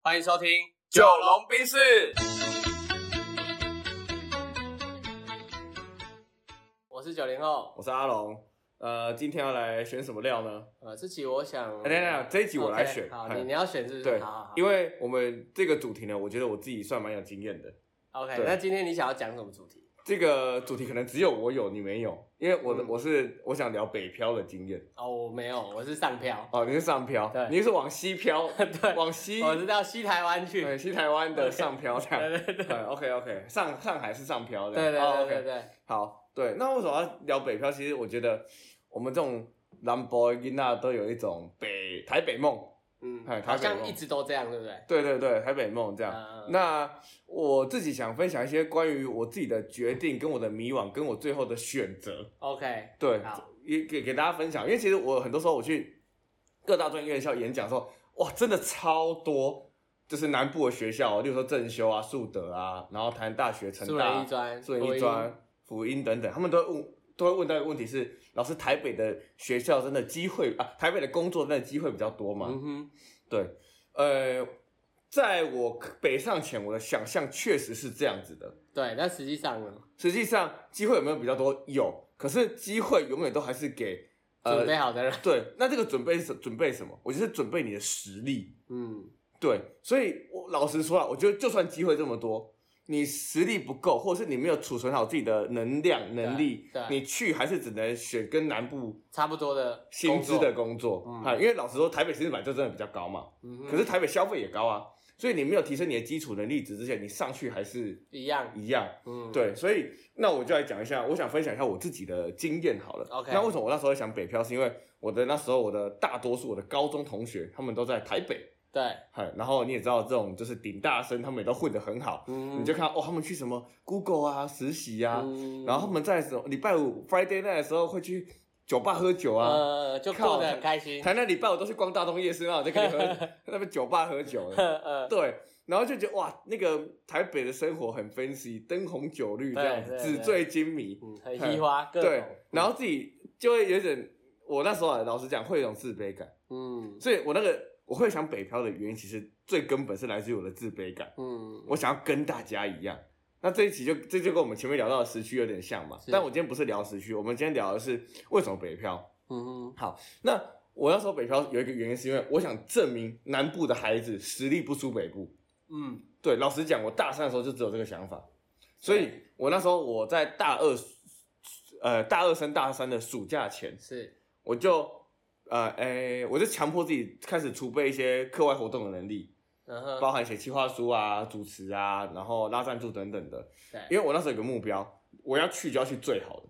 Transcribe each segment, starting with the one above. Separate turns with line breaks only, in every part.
欢迎收听《
九龙冰室。
我是九零后。
我是阿龙。呃，今天要来选什么料呢？
呃，这期我想，
哎等一下等一下这一集我来选
OK，好，
嗨
你你要选是不是？
对
好好好，
因为我们这个主题呢，我觉得我自己算蛮有经验的。
OK，
对
那今天你想要讲什么主题？
这个主题可能只有我有，你没有，因为我的、
嗯
我是我想聊北漂的经验。
哦，我没有，我是上漂，
哦，你是上漂
对，
你是往西漂，
对
往西，
我是到西台湾去。
对，西台湾的上漂这样。
对对对
对，OK OK，上上海是上漂的。
对对
哦
对
，OK
对对，
好，对，那为什么要聊北漂？其实我觉得我们这种南博囡娜都有一种北台北梦。
嗯，
嗨
好
台北
像
哦
一直都这样，对不对？
对对对，台北梦这样。
嗯嗯
那我自己想分享一些关于我自己的决定、跟我的迷惘、跟我最后的选择。
OK，
对
好，
也给给大家分享，因为其实我很多时候我去各大专院校演讲的时候，哇，真的超多，就是南部的学校，例如说正修啊、树德啊，然后台南大学、成
树人
大啊
一、专，
树人
国
一专、辅音等等，他们都会问。都会问到一个问题是，老师台北的学校真的机会啊，台北的工作真的机会比较多吗？
嗯哼，
对，呃，在我北上前，我的想象确实是这样子的。
对，但实际上呢，
实际上，机会有没有比较多？有，可是机会永远都还是给
准备
呃，
好的人，
对。那这个准备是准备什么？我就是准备你的实力。
嗯，
对，所以我老实说啊，我觉得就算机会这么多，你实力不够，或者是你没有储存好自己的能量能力
对，
你去还是只能选跟南部
差不多的
薪资的
工作，
工作
嗯
啊、因为老实说，台北薪资本来就真的比较高嘛。
嗯哼，
可是台北消费也高啊，所以你没有提升你的基础能力值之前，你上去还是
一样，
一样。
嗯，
对，所以那我就来讲一下，我想分享一下我自己的经验好了。
OK
那为什么我那时候想北漂，是因为我的那时候我的大多数我的高中同学他们都在台北，
对，
嗨，然后你也知道这种就是顶大生，他们也都混得很好，
嗯
你就看到哦，他们去什么 Google 啊实习啊，
嗯
然后他们在什么礼拜五 Friday night 的时候会去酒吧喝酒啊，
呃，就过得很开心，
台南礼拜我都去逛大东夜市，然后我在 跟你喝那边酒吧喝酒的。
呃，
对，然后就觉得哇，那个台北的生活很 fancy，灯红酒绿这样子
对，对
纸醉金迷。
嗯，很稀花，各
对
种，，
然后自己就会有点，我那时候啊，老实讲会有一种自卑感，
嗯
所以我那个我会想北漂的原因，其实最根本是来自于我的自卑感，
嗯，
我想要跟大家一样。那这一期就这就跟我们前面聊到的时区有点像嘛
是，
但我今天不是聊时区，我们今天聊的是为什么北漂。
嗯
好，那我那时候北漂有一个原因，是因为我想证明南部的孩子实力不输北部。
嗯
对，老实讲，我大三的时候就只有这个想法，所以我那时候我在大二，呃，大二升大三的暑假前，
是，
我就呃，诶、我就强迫自己开始储备一些课外活动的能力，
然后
包含写企划书啊、主持啊，然后拉赞助等等的。
对，
因为我那时候有个目标，我要去就要去最好的。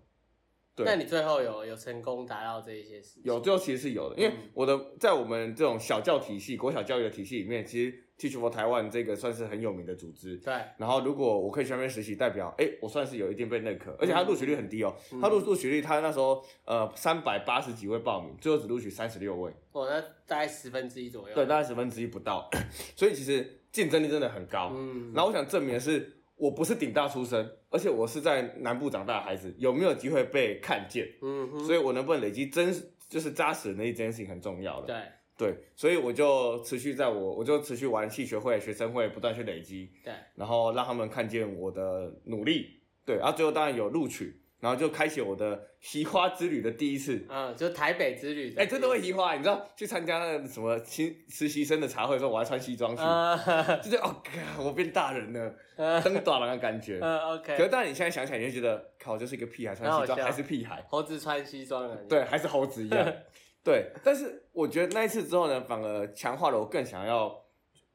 对
那你最后有有成功达到这一些事情？
有，最后其实是有的，因为我的在我们这种小教体系、国小教育的体系里面，其实 Teach for Taiwan 这个算是很有名的组织。
对，
然后如果我可以去那边实习，代表哎、我算是有一定被认可，而且它录取率很低哦，它录录取率它那时候呃三百八十几位报名，最后只录取三十六位，
我哦那大概十分之一左右，
对，，大概十分之一不到， 所以其实竞争力真的很高。
嗯，
然后我想证明的是，我不是顶大出身，而且我是在南部长大的孩子，有没有机会被看见？
嗯哼，
所以我能不能累积真就是扎实的能力，这件事情很重要了。
对
对，所以我就持续在我我就持续玩系学会、学生会，不断去累积，
对，
然后让他们看见我的努力。对，然后最后当然有录取，然后就开启我的移花之旅的第一次。
嗯，就台北之旅，
哎，真的会移花，你知道去参加那个什么新实习生的茶会的时候，我还穿西装去，
呃，呃
就是哦，God, 我变大人了，
呃
登短了的感觉。
呃
可是
，OK，
当你现在想想，你就觉得靠，就是一个屁孩穿
很好
西装，
笑
还是屁孩。
猴子穿西装了，你，
对，还是猴子一样。对，但是我觉得那一次之后呢，反而强化了我更想要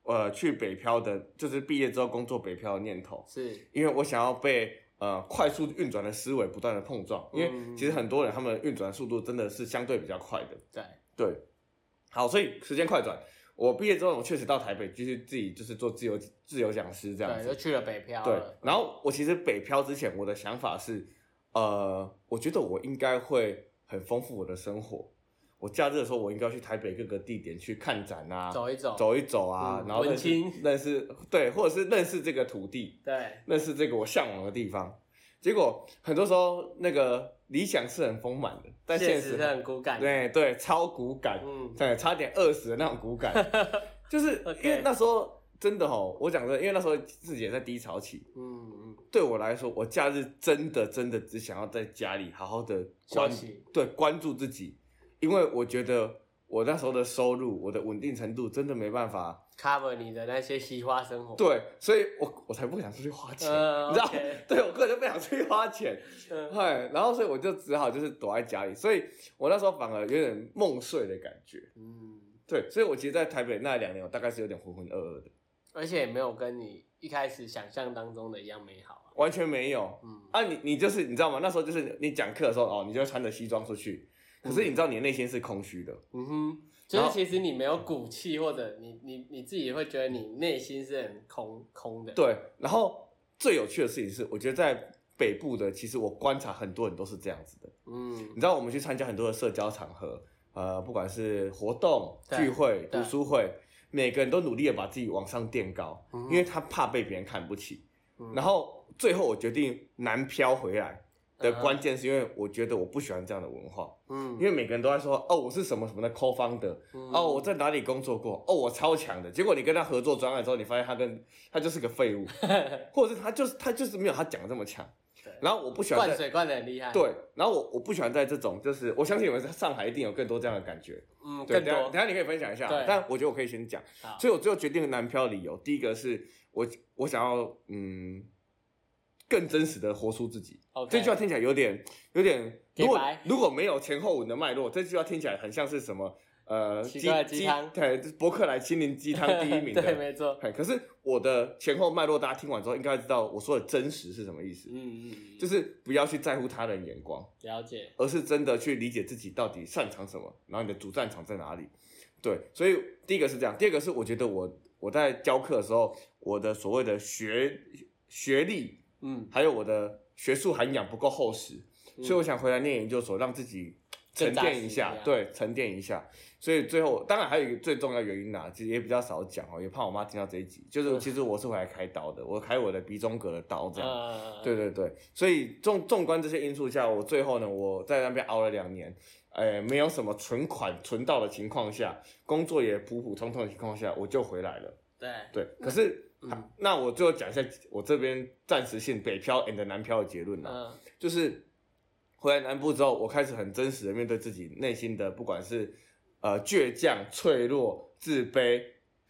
呃去北漂的，就是毕业之后工作北漂的念头，
是，
因为我想要被呃快速运转的思维不断的碰撞，因为其实很多人他们运转速度真的是相对比较快的。
对，
对，好，所以时间快转，我毕业之后我确实到台北，就是自己就是做自由自由讲师这样
对，
子。
就去了北漂
对
了，，嗯
然后我其实北漂之前，我的想法是，呃，我觉得我应该会很丰富我的生活。我假日的时候，我应该去台北各个地点去看展啊，
走一走，
走一走啊，
嗯
然后认识
文青
认识对，或者是认识这个土地，
对，
认识这个我向往的地方。结果很多时候，那个理想是很丰满的，但现
实
实
是
很
很骨感，，
对对超骨感，
嗯，
对，差点饿死的那种骨感，就是
OK
因为那时候真的哦，我讲真的，因为那时候自己也在低潮期，
嗯嗯，
对我来说，我假日真的真的只想要在家里好好的
休
关
息，
对关注自己，因为我觉得我那时候的收入，我的稳定程度真的没办法，
，cover 你的那些西花生活。
对，所以我我才不想出去花钱，
嗯
你知道
OK
对我根本就不想出去花钱，
嗯，
嗨，然后所以我就只好就是躲在家里，所以我那时候反而有点梦碎的感觉，
嗯，
对，所以我其实，在台北那两年，我大概是有点浑浑噩噩的，
而且也没有跟你一开始想象当中的一样美好啊。
完全没有，
嗯，
啊，你你就是你知道吗？那时候就是你讲课的时候哦，你就会穿着西装出去，可是你知道你的内心是空虚的，
嗯哼，就
然
是
后
其实你没有骨气，或者你你你自己会觉得你内心是很空空的。，
对。然后最有趣的事情是，我觉得在北部的，其实我观察很多人都是这样子的。
嗯
你知道，我们去参加很多的社交场合，呃，不管是活动、
对
聚会、
对
读书会，每个人都努力的把自己往上垫高，
嗯
因为他怕被别人看不起。
嗯
然后最后我决定南漂回来的
嗯
关键，是因为我觉得我不喜欢这样的文化。
嗯，
因为每个人都在说哦，我是什么什么的 co founder，、
嗯
哦，我在哪里工作过，哦，我超强的。结果你跟他合作专案之后，你发现他跟他就是个废物， 或者是他就是他就是没有他讲的这么强
对。
然后我不喜 欢
灌
在
水灌的很厉害。，
对，然后我我不喜欢在这种就是我相信你们在上海一定有更多这样的感觉，
嗯，
对，
更
等下等
多。
下你可以分享一下
对，
但我觉得我可以先讲。
好
所以我最后决定南漂理由，第一个是我我想要嗯更真实的活出自己。
OK
这句话听起来有点有点，
给
如果
白
如果没有前后文的脉络，这句话听起来很像是什么呃
奇怪的鸡汤
对，就是伯克莱心灵鸡汤第一 名
对，
的。
没错。
嘿可是我的前后脉络，大家听完之后应该知道我说的真实是什么意思，
嗯嗯，
就是不要去在乎他人眼光。
了解。
而是真的去理解自己到底擅长什么，然后你的主战场在哪里。对，所以第一个是这样，第二个是我觉得我我在教课的时候，我的所谓的学学历
嗯，
还有我的学术涵养不够厚实，所以我想回来念研究所，让自己
更
沉
嗯扎
淀
实
一
一
下
点，
对，沉淀一下。所以最后，当然还有一个最重要的原因啦、其实也比较少讲哦，也怕我妈听到这一集，
嗯
就是其实我是回来开刀的，我开我的鼻中隔的刀这样。
呃，
对对对，所以纵纵观这些因素下，我最后呢，我在那边熬了两年，哎，没有什么存款存到的情况下，工作也普普通通的情况下，我就回来了。
对，
对，可是、
嗯
啊那我最后讲一下我这边暂时性北漂 and 南漂的结论啦、
嗯
就是回来南部之后，我开始很真实的面对自己内心的，不管是呃倔强、脆弱、自卑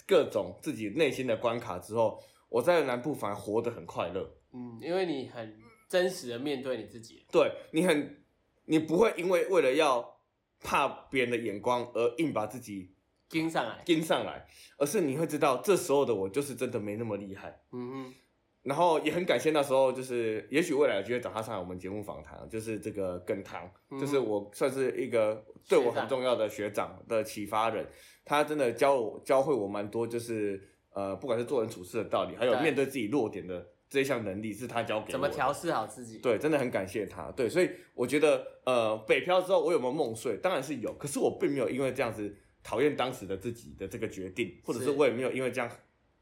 各种自己内心的关卡之后，我在南部反而活得很快乐。
嗯，因为你很真实的面对你自己了。
对你很，你不会因为为了要怕别人的眼光而硬把自己
盯上来，
盯上来，而是你会知道这时候的我就是真的没那么厉害。
嗯哼，
然后也很感谢那时候，就是也许未来有机会找他上来我们节目访谈，啊就是这个耿堂，
嗯
就是我算是一个对我
学长
很重要的学长的启发人，他真的教我教会我蛮多，就是呃不管是做人处事的道理，还有
对
面对自己弱点的这一项能力，是他教给我的。
怎么调试好自己？，
对，真的很感谢他。对，所以我觉得，呃，北漂之后我有没有梦碎？当然是有，可是我并没有因为这样子讨厌当时的自己的这个决定，或者
是
是我也没有因为这样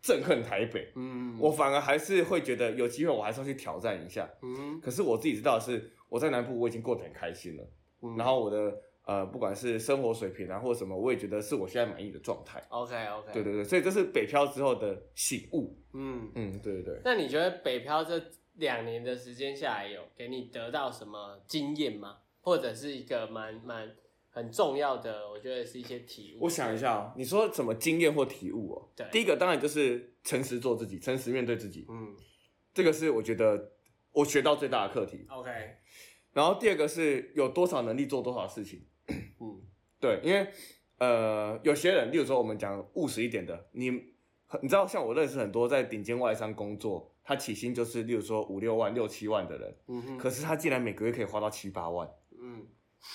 憎恨台北，
嗯，
我反而还是会觉得有机会我还是要去挑战一下。
嗯
可是我自己知道的是，我在南部我已经过得很开心了，
哼，
然后我的呃，不管是生活水平啊或者什么，我也觉得是我现在满意的状态。
OK OK，
对，对对，所以这是北漂之后的醒悟。
嗯，
嗯，对对对。
那你觉得北漂这两年的时间下来，有给你得到什么经验吗？或者是一个蛮蛮很重要的，我觉得是一些体悟。
我想一下、哦，你说什么经验或体悟哦？
对
第一个当然就是诚实做自己，诚实面对自己，
嗯
这个是我觉得我学到最大的课题。
，OK，
然后第二个是有多少能力做多少事情，
嗯
对，因为呃，有些人，例如说我们讲务实一点的，你你知道，像我认识很多在顶尖外商工作，他起薪就是例如说五六万、六七万的人，
嗯哼，
可是他竟然每个月可以花到七八万，
嗯，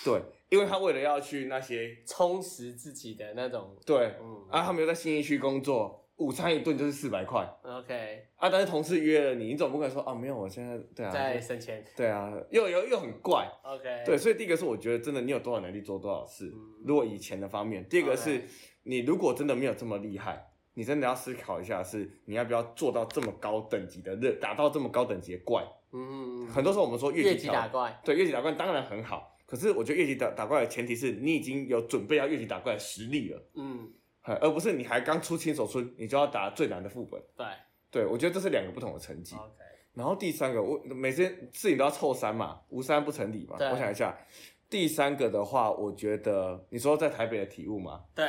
对，因为他为了要去那些
充实自己的那种，
对
嗯
啊，他们又在新一区工作，午餐一顿就是四百块。
，OK，
啊，但是同事约了你，你总不可能说啊，没有，我现在对
在
啊，
省钱
对啊，又又又很怪，
，OK，
对，，所以第一个是我觉得真的你有多少能力做多少事
哎嗯，
如果以钱的方面，第二个是
OK
你如果真的没有这么厉害，你真的要思考一下是你要不要做到这么高等级的热，达到这么高等级的怪。
嗯，
很多时候我们说
越
越
级
级
打
打，
怪，
对，越级打怪当然很好，可是我觉得越级打打怪的前提是你已经有准备要越级打怪的实力了。
嗯，
嗨哎而不是你还刚出新手村，你就要打最难的副本。
对
对，我觉得这是两个不同的成绩。
，OK，
然后第三个，我每次事情都要凑三嘛，无三不成理嘛。
对
我想一下，第三个的话，我觉得你说在台北的体悟嘛，
对，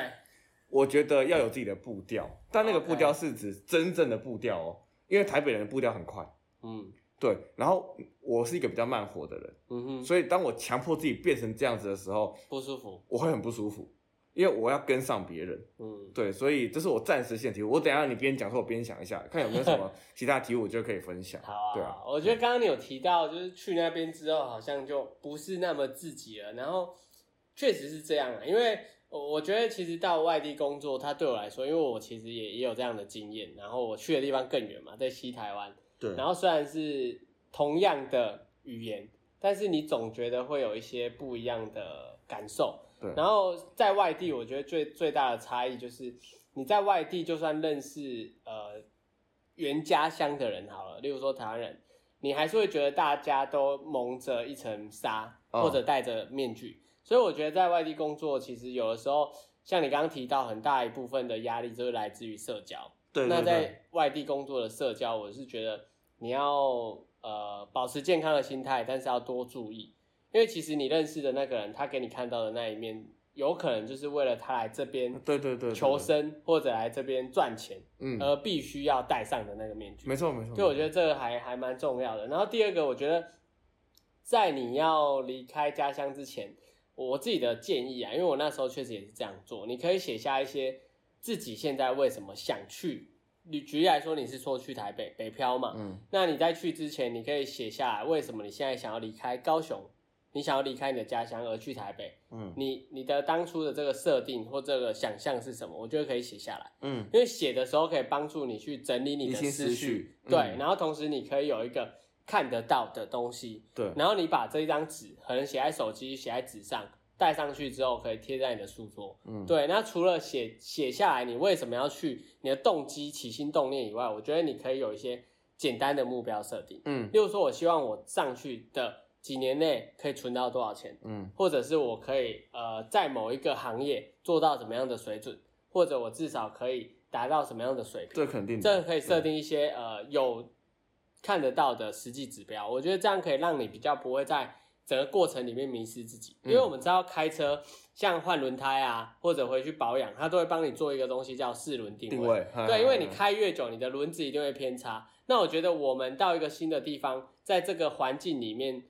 我觉得要有自己的步调，但那个
OK
步调是指真正的步调哦，因为台北人的步调很快。
嗯
对，然后我是一个比较慢活的人，
嗯哼，
所以当我强迫自己变成这样子的时候，
不舒服，
我会很不舒服，因为我要跟上别人。
嗯，
对，所以这是我暂时性的题目。我等一下你边讲说，我边想一下，看有没有 什么其他题目，我就可以分享。
好啊，
对啊，
我觉得刚刚你有提到，就是去那边之后好像就不是那么自己了，然后确实是这样啊，因为我我觉得其实到外地工作，它对我来说，因为我其实也也有这样的经验，然后我去的地方更远嘛，在西台湾，
对啊
然后虽然是同样的语言，但是你总觉得会有一些不一样的感受。
对
然后在外地，我觉得最最大的差异就是，你在外地就算认识呃原家乡的人好了，例如说台湾人，你还是会觉得大家都蒙着一层纱，
哦
或者戴着面具。所以我觉得在外地工作，其实有的时候，像你刚刚提到，很大一部分的压力就是来自于社交。
对
那在外地工作的社交，我是觉得你要呃保持健康的心态，但是要多注意，因为其实你认识的那个人，他给你看到的那一面，有可能就是为了他来这边
对对对
求，生或者来这边赚钱，
对对嗯，
而必须要戴上的那个面具。
没错没错。
对，我觉
得
得这个还还蛮重要的。然后第二个，我觉得在你要离开家乡之前，我自己的建议啊，因为我那时候确实也是这样做，你可以写下一些自己现在为什么想去。你举例来说，你是说去台北北漂嘛？
嗯
那你在去之前，你可以写下来为什么你现在想要离开高雄，你想要离开你的家乡而去台北，
嗯
你你的当初的这个设定或这个想象是什么？我觉得可以写下来。
嗯，
因为写的时候可以帮助你去整理你的
理清
思
思
绪
绪，
对，
嗯
然后同时你可以有一个看得到的东西，
对，
然后你把这一张纸可能写在手机、写在纸上，带上去之后可以贴在你的书桌。
嗯
对，那除了写写下来你为什么要去，你的动机、起心动念以外，我觉得你可以有一些简单的目标设定，
嗯
例如说，我希望我上去的几年内可以存到多少钱。
嗯
或者是我可以呃在某一个行业做到怎么样的水准，或者我至少可以达到什么样的水平，
这肯定的
这可以设定一些呃有看得到的实际指标。我觉得这样可以让你比较不会在整个过程里面迷失自己，因为
嗯
我们知道开车像换轮胎啊，或者回去保养，它都会帮你做一个东西叫四轮定
定位，嗨
对，因为你，
嗨
开越久，你的轮子一定会偏差。那我觉得我们到一个新的地方，在这个环境里面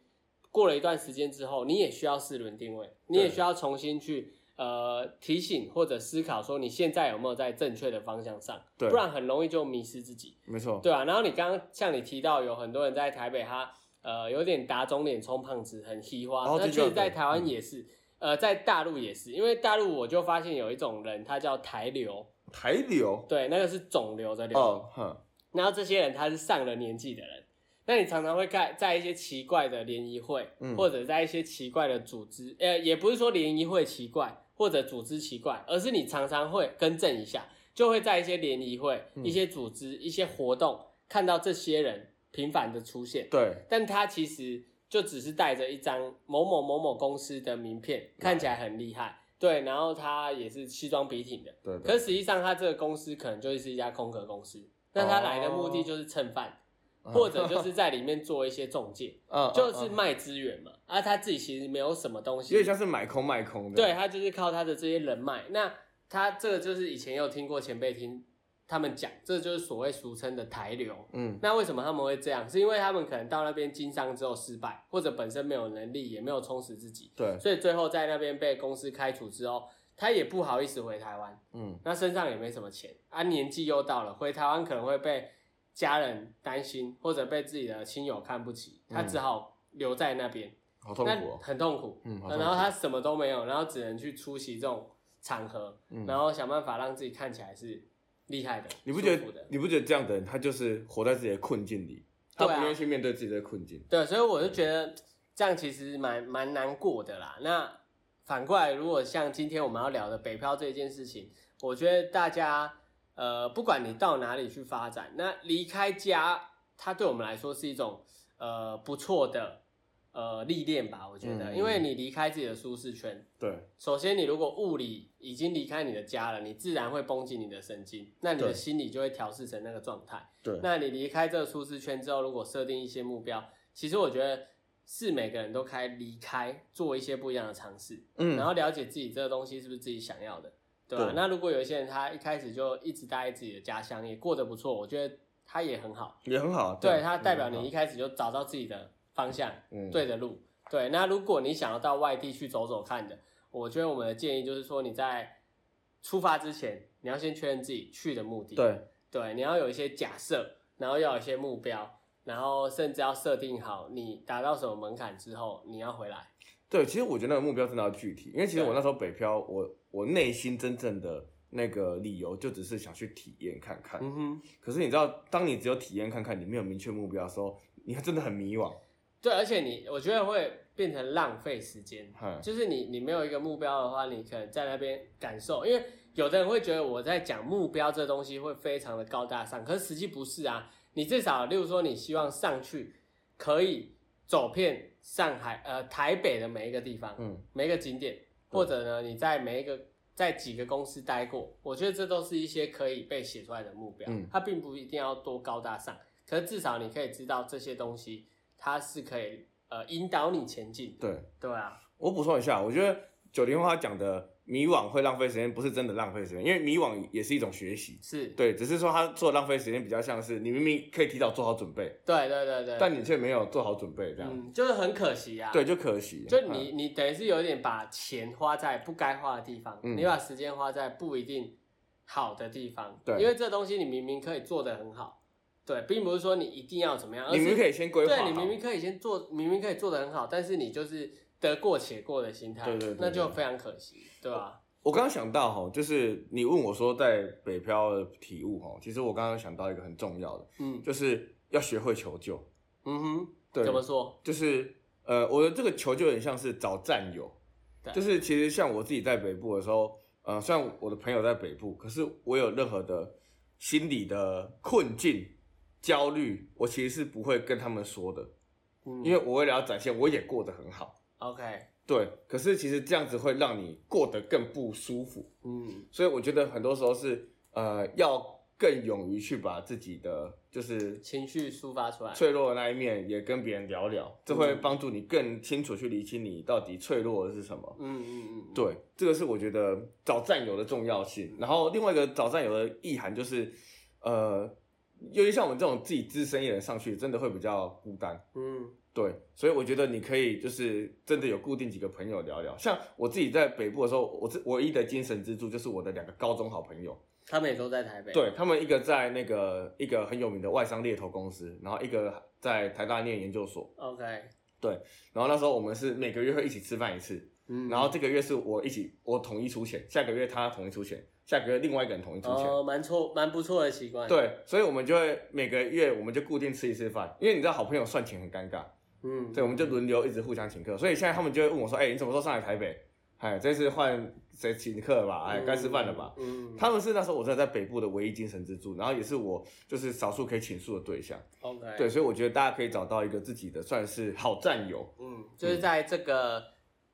过了一段时间之后，你也需要四轮定位，你也需要重新去呃提醒或者思考说你现在有没有在正确的方向上，
对
不然很容易就迷失自己。
没错，
对啊，然后你刚刚像你提到，有很多人在台北他呃有点打肿脸充胖子，很嘻花。
哦
那
这
确
就
实在
对
台湾
嗯
也是，呃，在大陆也是，因为大陆我就发现有一种人，他叫台流。
台流
对，那个是肿瘤的瘤。
哦，哼，
然后这些人他是上了年纪的人，那你常常会看在一些奇怪的联谊会，
嗯
或者在一些奇怪的组织，呃，也不是说联谊会奇怪或者组织奇怪，而是你常常会更正一下，就会在一些联谊会、
嗯
一些组织、一些活动看到这些人频繁的出现，
对
但他其实就只是带着一张某某某某公司的名片，看起来很厉害，对，然后他也是西装笔挺的。
对
可
对，
是实际上，他这个公司可能就是一家空壳公司，那
哦
他来的目的就是蹭饭，
啊
或者 就是在里面做一些中介，
嗯
就是
嗯嗯
卖资源嘛。啊，他自己其实没有什么东西
有，点像是买空卖空的，
对他就是靠他的这些人脉。那他这个就是以前有听过前辈听他们讲，这就是所谓俗称的台流。
嗯
那为什么他们会这样？是因为他们可能到那边经商之后失败，或者本身没有能力，也没有充实自己，
对，
所以最后在那边被公司开除之后，他也不好意思回台湾。
嗯
那身上也没什么钱啊，年纪又到了，回台湾可能会被家人担心，或者被自己的亲友看不起，他
嗯
只好留在那边，
好痛
那
苦哦，
很痛苦。
嗯，好
然
痛
后
苦
他什么都没有，然后只能去出席这种场合，
嗯
然后想办法让自己看起来是厉害的，
你不觉
舒服
得
的？
你不觉得这样的人，他就是活在自己的困境里，他
对啊
不愿意去面对自己的困境。
对，所以我就觉得这样其实蛮蛮难过的啦。那反过来，如果像今天我们要聊的北漂这件事情，我觉得大家呃，不管你到哪里去发展，那离开家，它对我们来说是一种呃不错的呃历练吧，我觉得，
嗯
因为你离开自己的舒适圈，
对
首先你如果物理已经离开你的家了，你自然会绷紧你的神经，那你的
对
心理就会调试成那个状态。
对
那你离开这个舒适圈之后，如果设定一些目标，其实我觉得是每个人都该离开，做一些不一样的尝试，
嗯
然后了解自己这个东西是不是自己想要的，对吧、
对
那如果有一些人他一开始就一直待在自己的家乡，也过得不错，我觉得他也很好，
也很好，
对他代表
也很
你
嗯好
一开始就找到自己的方向，
嗯
对的路。对，那如果你想要到外地去走走看的，我觉得我们的建议就是说，你在出发之前，你要先确认自己去的目的。
对
对，你要有一些假设，然后要有一些目标，然后甚至要设定好你达到什么门槛之后，你要回来。
对，其实我觉得那个目标真的要具体，因为其实
对
我那时候北漂，我我内心真正的那个理由就只是想去体验看看。
嗯哼，
可是你知道，当你只有体验看看，你没有明确目标的时候，你真的很迷惘。
对，而且你我觉得会变成浪费时间。
嗨，
就是你你没有一个目标的话，你可能在那边感受，因为有的人会觉得我在讲目标这东西会非常的高大上，可是实际不是啊。你至少，例如说你希望上去可以走遍上海呃台北的每一个地方，
嗯，
每一个景点，或者呢你在每一个在几个公司待过，我觉得这都是一些可以被写出来的目标，
嗯
它并不一定要多高大上，可是至少你可以知道这些东西，它是可以呃引导你前进的，
对。
对啊。
我补充一下，我觉得九零后他讲的迷惘会浪费时间，不是真的浪费时间，因为迷惘也是一种学习。
是
对，只是说他做浪费时间比较像是你明明可以提早做好准备，
对对对对，
但你却没有做好准备，这样、
嗯，就是很可惜啊。
对，就可惜。
就
嗯
你你等于是有点把钱花在不该花的地方，
嗯
你把时间花在不一定好的地方。
对
因为这东西你明明可以做得很好，对，并不是说你一定要怎么样，而
你
是
明明可以先规划好，
对你明明可以先做，明明可以做得很好，但是你就是得过且过的心态，
对对对对
那就非常可惜，对吧、
我刚刚想到哈，就是你问我说在北漂的体悟哈，其实我刚刚想到一个很重要的，
嗯
就是要学会求救。
嗯哼，
对，
怎么说？
就是呃，我的这个球就有点像是找战友
对，
就是其实像我自己在北部的时候，呃，虽然我的朋友在北部，可是我有任何的心理的困境、焦虑，我其实是不会跟他们说的，
嗯，
因为我为了要展现我也过得很好，
OK，
对，可是其实这样子会让你过得更不舒服，
嗯
所以我觉得很多时候是呃要更勇于去把自己的就是
情绪抒发出来，
脆弱的那一面也跟别人聊聊，这会帮助你更清楚去理清你到底脆弱的是什么。
嗯嗯嗯，，
对，这个是我觉得找战友的重要性。然后另外一个找战友的意涵就是，呃，尤其像我们这种自己资深一人上去，真的会比较孤单。
嗯
对，所以我觉得你可以就是真的有固定几个朋友聊聊。像我自己在北部的时候，我自唯一的精神支柱就是我的两个高中好朋友，
他们也都在台北，
对他们一个在那个一个很有名的外商猎头公司，然后一个在台大念研究所。
，OK，
然后那时候我们是每个月会一起吃饭一次，
嗯，
然后这个月是我一起我统一出钱，下个月他统一出钱，下个月另外一个人统一出钱。
哦，蛮错，蛮不错的习惯。，
对，所以我们就会每个月我们就固定吃一次饭，因为你知道好朋友算钱很尴尬，
嗯，
对，我们就轮流一直互相请客。所以现在他们就会问我说：“哎、你什么时候上来台北？哎，这次换谁请客了吧？哎，该吃饭了吧？”
嗯，
他们是那时候我真的在北部的唯一精神支柱，然后也是我就是少数可以倾诉的对象。
OK，
对，，所以我觉得大家可以找到一个自己的算是好战友，
嗯，就是在这个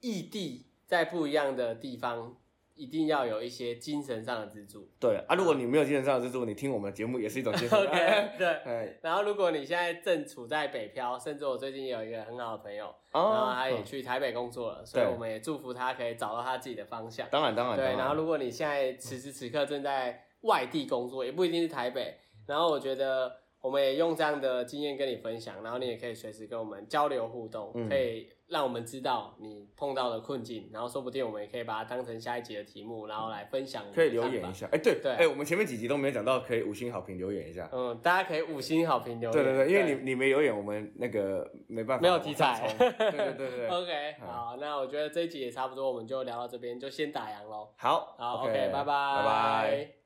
异地，在不一样的地方，一定要有一些精神上的支 柱。
对啊，如果你没有精神上的支柱，你听我们的节目也是 一种精神。
OK，对。
哎，
然后，如果你现在正处在北漂，甚至我最近有一个很好的朋友，
哦
然后他也
嗯
去台北工作了，所以
对
我们也祝福他可以找到他自己的方向。
当然当然，当
对，然后如果你现在此时此刻正在外地工作，也不一定是台北，然后我觉得我们也用这样的经验跟你分享，然后你也可以随时跟我们交流互动，
嗯
可以让我们知道你碰到的困境，然后说不定我们也可以把它当成下一集的题目，然后来分享。
可以留言一。下。哎，对
对
哎，我们前面几集都没有讲到，可以五星好评留言一下。
嗯，大家可以五星好评留言。
对对对，因为你你没留言，我们那个没办法，
没有题材
往上冲对对对 对
对
对，
OK
嗯
好，那我觉得这一集也差不多，我们就聊到这边，就先打烊喽。
好
好
OK，
，OK，拜
拜拜。